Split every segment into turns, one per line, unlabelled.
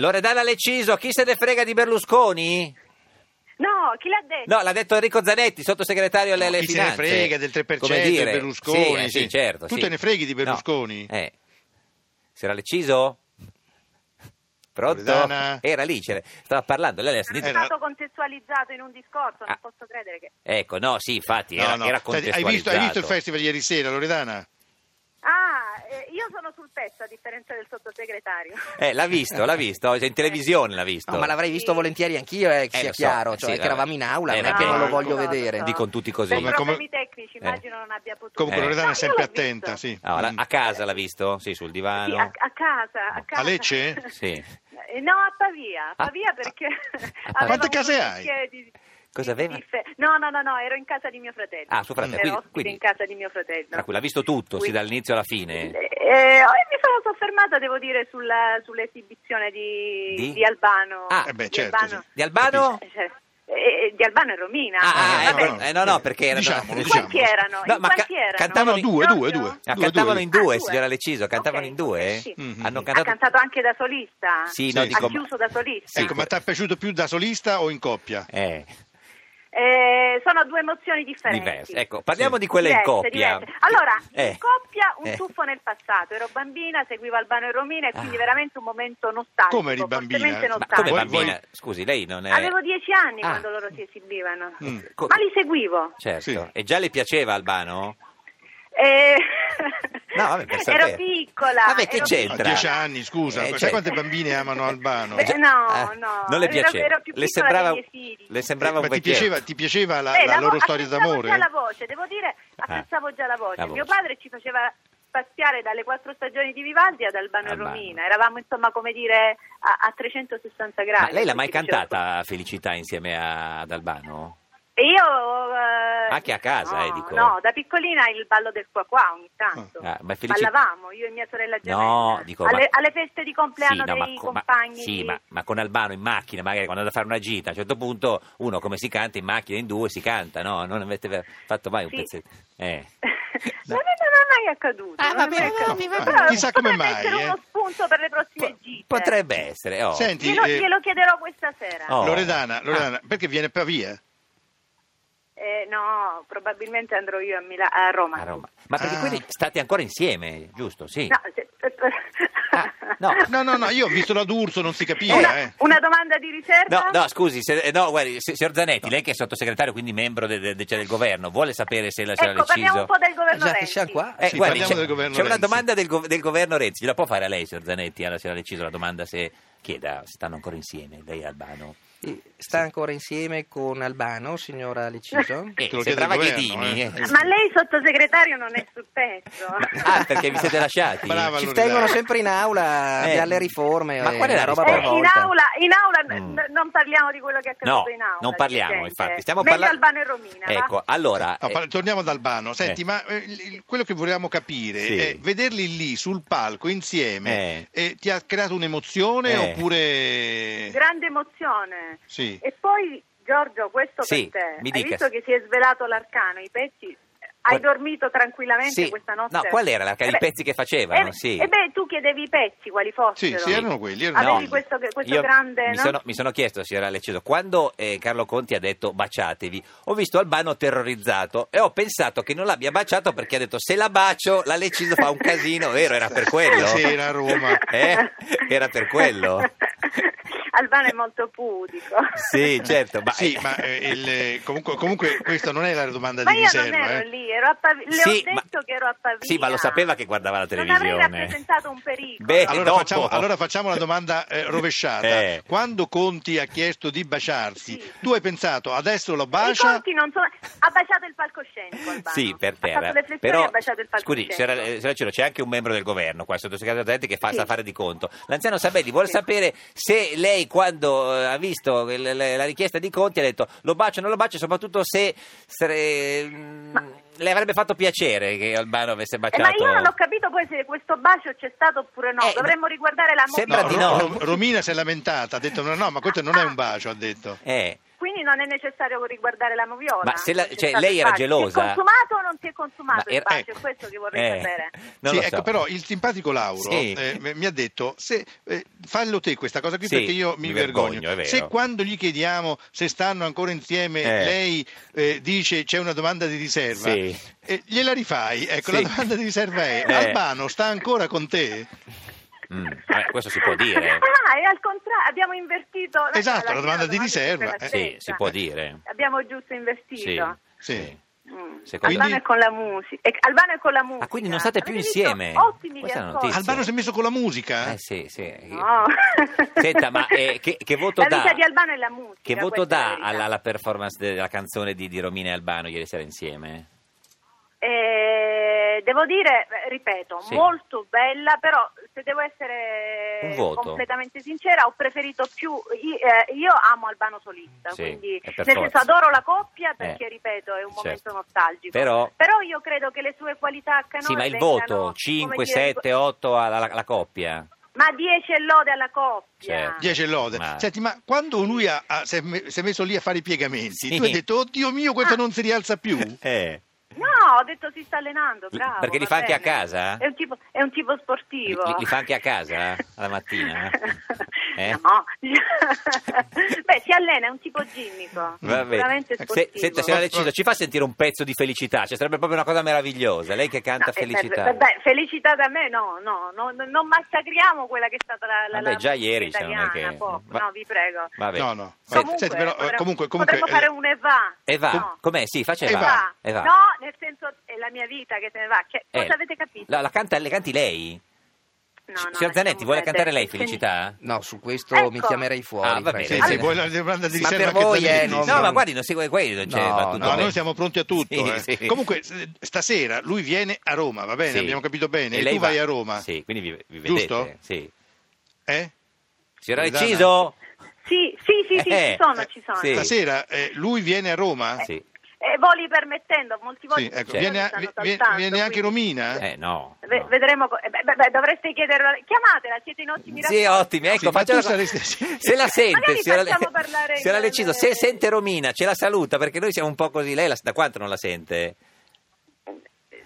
Loredana Leciso, chi se ne frega di Berlusconi?
No, chi l'ha detto?
No, l'ha detto Enrico Zanetti, sottosegretario alle, alle
chi
finanze.
se ne frega del 3%
Come
di
dire,
Berlusconi?
Sì, eh, sì,
sì.
certo.
Tu
sì.
te ne freghi di
No.
Berlusconi?
Eh. Sarà Leciso? Pronto?
Loredana? Eh,
Era lì, c'era- stava parlando, lei l'ha sentito?
È
Era-
stato contestualizzato in un discorso, non
Eh, Ah.
posso credere che...
Ecco, no, sì, infatti, era,
No, no.
era
Senti, hai, visto, hai visto il
contestualizzato.
festival ieri sera, Loredana?
Ah, eh, io sono sul pezzo a differenza del sottosegretario.
Eh, l'ha visto, l'ha visto, in televisione l'ha visto.
No, ma l'avrei visto volentieri anch'io, eh, che
Eh,
sia
lo so,
chiaro, cioè
sì,
che eravamo in aula,
eh,
non è
vabbè.
che non lo
No,
voglio
no,
vedere.
no.
Dicono tutti così.
Per
Come-
problemi
come-
tecnici
Eh.
immagino non abbia potuto...
Comunque
Eh.
Loredana
No,
è
io
sempre
l'ho visto.
attenta, sì.
Ah, la-
Mm.
a casa l'ha visto? Sì, sul
Sì,
divano.
a, a casa, a casa.
Lecce?
Sì.
Eh, No, a Pavia, a Pavia perché...
Pavia.
aveva
Quante case
uno
hai?
bicchiere di-
Cosa
di-
aveva?
di fe- No, no, no, no, ero in casa di mio fratello.
Ah, suo fratello,
Ero
quindi-
ospite
quindi-
in casa di mio fratello.
Tranquillo, ha visto tutto, sì,
Quindi-
dall'inizio alla fine.
Eh, eh, mi sono soffermata, devo dire, sulla- sull'esibizione di,
Di?
di Albano.
Ah.
Eh beh,
di
certo,
Albano.
sì.
Di Albano?
Cioè, eh, di Albano e Romina.
Ah,
Eh,
ah,
no,
vabbè.
ecco, eh, no, no, perché erano...
Diciamolo,
In
diciamolo.
quanti erano?
No,
In
ma ca-
quanti erano?
cantavano
No, no, due, due,
Proprio?
diciamo. due.
Ah, cantavano
due.
in due,
Ah, due.
signora Leciso, cantavano
Ok,
in due? eh?
ok, sì.
Mhm.
Hanno
Ha
cantato...
cantato anche da solista.
Sì, no,
Sì.
dico...
Ha chiuso da solista.
Ecco, ma ti è piaciuto più da solista o in coppia?
Eh,
Eh, sono due emozioni differenti.
diverso. Ecco, parliamo
Sì.
di quelle in
Diverse,
coppia.
diverse. Allora,
Eh,
in coppia un
eh.
tuffo nel passato. Ero bambina, seguivo Albano e Romina e quindi
Ah.
veramente un momento nostalgico.
Come eri bambina?
fortemente
Ma
nostalgico.
come
Voi-
bambina? Scusi, lei non è...
Avevo dieci anni
Ah.
quando loro si esibivano,
Mm.
Co-
ma li seguivo.
Certo,
Sì.
e già le piaceva Albano?
Eh,
No, vabbè, per sapere.
ero piccola.
Vabbè, che
ero
c'entra?
A
piccola.
dieci anni, scusa,
Eh,
sai
cioè-
quante bambine amano Albano?
Beh,
Già-
no,
ah,
no,
Non le
ero-
piaceva?
ero più
le
piccola
sembrava,
dei miei figli.
le sembrava un
Eh, ma ti
vecchietto.
piaceva, ti piaceva la,
Beh,
la
la vo-
loro storia
apprezzavo Eh, già
d'amore?
la voce, devo dire, apprezzavo già la voce.
Ah. la
Mio
voce.
padre ci faceva spaziare dalle quattro stagioni di Vivaldi ad Albano e
Albano.
Romina. Eravamo, insomma, come dire, a, a 360 gradi.
Ma lei l'ha mai
Ci faceva-
cantata Felicità insieme a- ad Albano?
E Io... eh,
Anche a casa,
no,
eh, dico.
No, da piccolina il ballo del qua qua ogni tanto.
Ah, ma è felici-
Ballavamo, io e mia sorella gemella.
No, dico, ma-
alle, alle feste di compleanno
Sì, no,
dei
co-
compagni.
sì,
di-
ma, ma con Albano in macchina, magari quando andate a fare una gita, a un certo punto uno come si canta in macchina in due si canta, no? Non avete fatto mai un
Sì.
pezzetto. Eh.
Non è, non è mai accaduto.
Ah,
non è
vabbè,
mai accaduto.
vabbè, vabbè.
Però
Chissà come
potrebbe
mai,
essere
eh.
uno spunto per le prossime
Po-
gite.
potrebbe essere, oh.
Senti,
Glielo,
eh,
glielo chiederò questa sera.
Oh.
Loredana, Loredana, perché viene Pavia?
Eh, no, probabilmente andrò io a, Mila- a Roma.
a Roma. Ma perché
Ah.
quindi state ancora insieme, giusto? Sì.
No, se-
Ah, no.
No, no, no, io ho visto la D'Urso, non si capiva,
Una,
eh.
una domanda di riserva?
No, no, scusi, se- eh, no, guardi, se- signor Zanetti, lei che è sottosegretario, quindi membro de- de- de- cioè del governo, vuole sapere se la signora
Ecco, parliamo
Leciso...
un po' del governo
Già che
Renzi.
siamo qua,
Eh,
Sì,
guardi,
parliamo
c'è,
del governo
c'è una
Renzi.
domanda del, gov- del governo Renzi, gliela può fare a lei, signor Zanetti, alla signora Leciso la domanda se chieda se stanno ancora insieme, lei e Albano.
Eh, Sta ancora insieme con Albano, signora Leciso?
Eh,
Te lo chiede
sembrava
il governo,
Ghedini.
eh.
eh.
Ma lei sottosegretario non è sul pezzo.
Ah, perché vi siete lasciati?
Brava.
Ci
Allora,
tengono
dai.
sempre in aula
Eh,
alle riforme.
ma
eh,
qual è la
una roba
risposta?
per
Eh, in
volta.
aula, in aula
Mm.
n- non parliamo di quello che è
No,
accaduto in aula.
non parliamo,
si sente.
infatti. Stiamo
Meglio
parlando...
Albano e Romina. va?
Ecco, allora...
No,
eh,
par- torniamo ad Albano. Senti,
Eh.
ma eh, il- il- quello che volevamo capire
Sì.
è vederli lì sul palco insieme eh, ti ha creato un'emozione
Eh.
oppure
Grande emozione.
Sì.
E poi, Giorgio, questo
Sì,
per te.
mi
Hai
dica.
visto che si è svelato l'arcano, i pezzi... Hai
Qual-
dormito tranquilamente
Sì.
questa notte?
No, qual era l'arcano? I
Eh beh,
pezzi che facevano,
eh,
sì.
eh beh, tu chiedevi i pezzi, quali fossero.
Sì, sì, erano quelli, erano
Avevi
quelli.
questo, questo
Io
grande...
mi,
no?
sono, mi sono chiesto, signora Leciso, quando eh, Carlo Conti ha detto baciatevi, ho visto Albano terrorizzato e ho pensato che non l'abbia baciato perché ha detto se la bacio la Leciso fa un casino, vero? Era per quello?
Sì, era a Roma.
Eh? Era per quello?
Albano è molto pudico.
Sì, certo, ma...
Sì, ma eh, il- eh, comunque, comunque questa non è la domanda
Ma
di
io
riserva,
non ero
eh.
lì, ero a Pavi- le
Sì,
ho
ma-
detto che ero a Pavia.
Sì, ma lo sapeva che guardava la televisione.
Non avrei rappresentato un pericolo.
Beh,
Allora
Eh, dopo.
facciamo, allora facciamo la domanda eh, rovesciata.
Eh.
Quando Conti ha chiesto di baciarti,
Sì.
tu hai pensato adesso lo
I
bacia?
conti non sono... Ha baciato il palcoscenico Albano.
Sì, per
Ha fatto
terra.
le flessioni
Però,
e ha baciato il
scusi,
palcoscenico.
signora, eh, signora Ciro, c'è anche un membro del governo qua, il sottosegretario Zanetti, che fa,
Sì.
sta a fare di conto. L'anziano Sabelli vuole
Sì.
sapere se lei, quando eh, ha visto il- le- la richiesta di Conti, ha detto lo bacio o non lo bacio, soprattutto se, sare- mm, le avrebbe fatto piacere che Albano avesse
Eh,
baciato.
ma io non ho capito poi se questo bacio c'è stato oppure no.
Eh, no.
Dovremmo riguardare la
Sembra
motivazione.
di no.
Romina si è lamentata, ha detto no, no, ma questo non è un bacio, ha detto.
Eh,
Quindi non è necessario riguardare la moviola.
Ma se la-
Non c'è
cioè,
stato
lei
il
era
bacio.
gelosa?
Si è consumato o non si è consumato
Ma
il
era-
bacio?
ecco.
È questo che vorrei
Eh,
sapere.
non
sì,
lo
ecco,
so.
però il simpatico Lauro
Sì.
eh, m- mi ha detto: se, eh, fallo te questa cosa qui
Sì,
perché io mi,
mi vergogno,
vergogno.
è vero.
Se quando gli chiediamo se stanno ancora insieme,
Eh.
lei eh, dice c'è una domanda di riserva,
Sì.
eh, gliela rifai. Ecco,
Sì.
la domanda di riserva è:
Eh.
Albano sta ancora con te?
Mm, vabbè, questo si può dire. eh.
Ah, è al contrario, abbiamo invertito. no,
Esatto, la
alla
domanda
fine
di riserva,
è
eh.
quella
Sì,
stessa.
si può dire.
Abbiamo giusto
Sì.
investito.
sì.
Mm.
Secondo-
Albano
Quindi-
è con la musica. eh, Albano è con la musica.
Ah, quindi non state più
Avete
insieme?
visto? Ottimi
Questa è una Sì,
riascolti.
notizia.
Albano si è messo con la musica?
Eh, sì, sì.
No.
Senta, ma eh, che, che voto
La
dà?
vita di Albano è la musica,
Che voto
questa è la
dà
verità.
alla, alla performance della canzone di, di Romina e Albano ieri sera insieme?
Eh, devo dire, eh, ripeto,
Sì.
molto bella, però se devo essere
Un voto.
completamente sincera, ho preferito più. i- eh, Io amo Albano solista,
Sì,
quindi
è
nel
per
senso
forza.
adoro la coppia perché,
Eh,
ripeto, è un
certo.
momento nostalgico.
Però-
io credo che le sue qualità a canone
sì, ma il
vengano,
voto
come
5,
dire,
7, 8 alla, alla- alla coppia.
Ma 10 e lode alla coppia.
Certo.
10 e lode.
Ma-
Senti, ma quando lui ha- ha- si, è me- si è messo lì a fare i piegamenti,
Sì.
tu hai detto, oddio mio, questo
Ah.
non si rialza più?
Eh.
No, ho detto si sta allenando, bravo.
Perché li
va
fa anche a
bene.
casa?
È un tipo, è un tipo sportivo.
Eh? Li- li- li fa anche a casa, alla mattina? Eh?
No. Beh, si allena, è un tipo ginnico.
Va bene.
Sicuramente
Se,
sportivo.
senta, signora Lecito, ci fa sentire un pezzo di felicità, cioè sarebbe proprio una cosa meravigliosa. Lei che canta
No, eh,
felicità.
beh, beh, felicità da me, no, no, no, no, non massacriamo quella che è stata la, la,
Vabbè,
la
già
musica
ieri, se non è
italiana,
che-
pop.
va-
no, vi prego.
Vabbè.
No, no.
Senta,
Comunque,
senti, però, eh,
potremmo-
comunque- comunque,
potremmo
eh,
fare un e va.
E va?
No.
Com'è? Sì, faccia
E
Eva.
va.
E va.
No, nel senso è la mia vita che se ne va. Che,
Eh,
cosa avete capito?
La, la canta, le canti lei?
No, no,
Signor Zanetti,
lasciamo
vuole
perdere.
cantare lei
Quindi-
felicità?
No, su questo
Ecco.
mi chiamerei fuori.
Ah, va bene.
Sì,
francamente.
Eh,
sì, vuoi la domanda di
Ma
riserva
per
che
voi,
Zanetti
eh,
dice?
non-
No, ma guardi, non segue quello, c'è,
No,
va tutto
No,
bene.
noi siamo pronti a tutto.
Sì,
eh.
sì.
Comunque, s- stasera lui viene a Roma, va bene?
Sì.
Abbiamo capito bene. E,
lei
tu
va-
vai a Roma,
Sì, quindi vi, vi vedete.
Giusto?
Sì.
eh?
Signora
Loredana?
Reciso?
Sì, sì, sì, sì,
Eh,
ci sono, ci sono.
sì.
Stasera eh, lui viene a Roma?
Sì.
Eh, voli permettendo, molti voli
Sì, ecco.
Certo.
Viene, a-
stanno
vi- vi-
saltando,
viene anche
quindi-
Romina?
Eh, no.
Ve-
no.
Vedremo, co- eh, beh, beh, beh, dovreste chiederla, chiamatela, siete in ottimi
Sì,
rapporti.
ottimo, ecco,
Sì, ma
faccia
tu
la-
saresti-
Se la sente,
Magari
signora,
facciamo parlare
signora
in-
Leciso, se sente Romina, ce la saluta, perché noi siamo un po' così, lei la- da quanto non la sente?
Eh,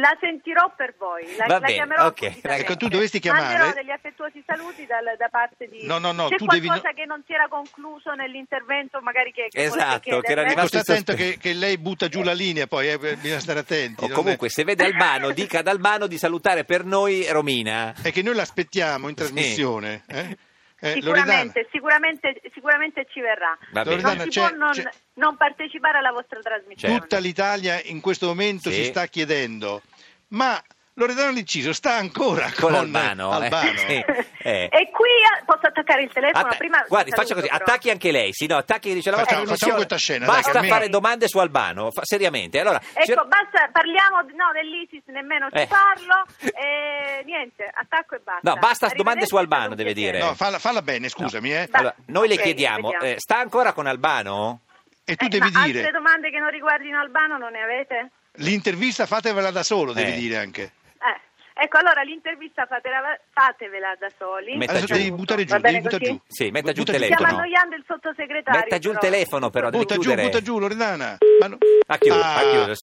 La sentirò per voi, la,
Va
la
bene,
chiamerò.
ok,
appositamente.
ecco,
tu dovresti
Manderò
chiamare-
degli affettuosi saluti dal- da parte di.
No, no, no,
C'è
tu devi
qualcosa
no-
che non si era concluso nell'intervento, magari che. Eh, che
Esatto,
volete chiedermi?
che era rimasto-
Ecco,
Rimasto
sta
in
attento
sospeso.
che, che lei butta giù la linea, poi eh, bisogna stare attenti.
O
non è-
Oh, comunque, se vede Albano, dica ad Albano di salutare per noi Romina.
È che noi l'aspettiamo in trasmissione. Eh? Eh, Loredana,
Sicuramente, sicuramente, sicuramente ci verrà.
Va bene.
Loredana,
non si
c'è-
può non,
c'è-
non partecipare alla vostra trasmissione.
tutta l'Italia in questo momento
Sì.
si sta chiedendo, ma Loredana Liciso sta ancora
Con
con,
Albano, eh?
Albano?
Sì. Eh.
E qui ah, posso attaccare il telefono?
Atta-
prima
guardi,
saluto,
faccia così,
però.
attacchi anche lei, sì, no, attacchi dice la vostra
Facciamo-
trasmissione.
facciamo questa scena, dai,
Basta
Carmina.
fare domande su Albano, fa- seriamente. Allora,
Ecco,
signor-
basta, parliamo no, dell'ISIS, nemmeno
Eh.
ci parlo. E, niente, attacco e basta.
No, basta domande
Arrivederci,
su Albano,
è stato
deve
un piacere.
dire.
No, falla, falla bene, scusami, eh.
Va-
allora, noi le
Ok,
chiediamo,
vediamo.
eh, sta ancora con Albano?
E tu
Eh,
devi
ma
dire,
altre domande che non riguardino Albano non ne avete?
l'intervista fatevela da solo, devi
Eh.
dire anche.
Eh, Ecco, allora l'intervista fatela- fatevela da soli.
Metta
Adesso
giù.
devi buttare giù,
Va
devi
bene
buttare
così?
giù.
Sì, metta giù il
Butta giù.
Stiamo
telefono.
annoiando il sottosegretario.
Metta giù il
però.
telefono però, deve
Butta giù,
chiudere.
butta giù, Loredana. Ma no-
Ha chiuso, ha
Ah.
chiuso.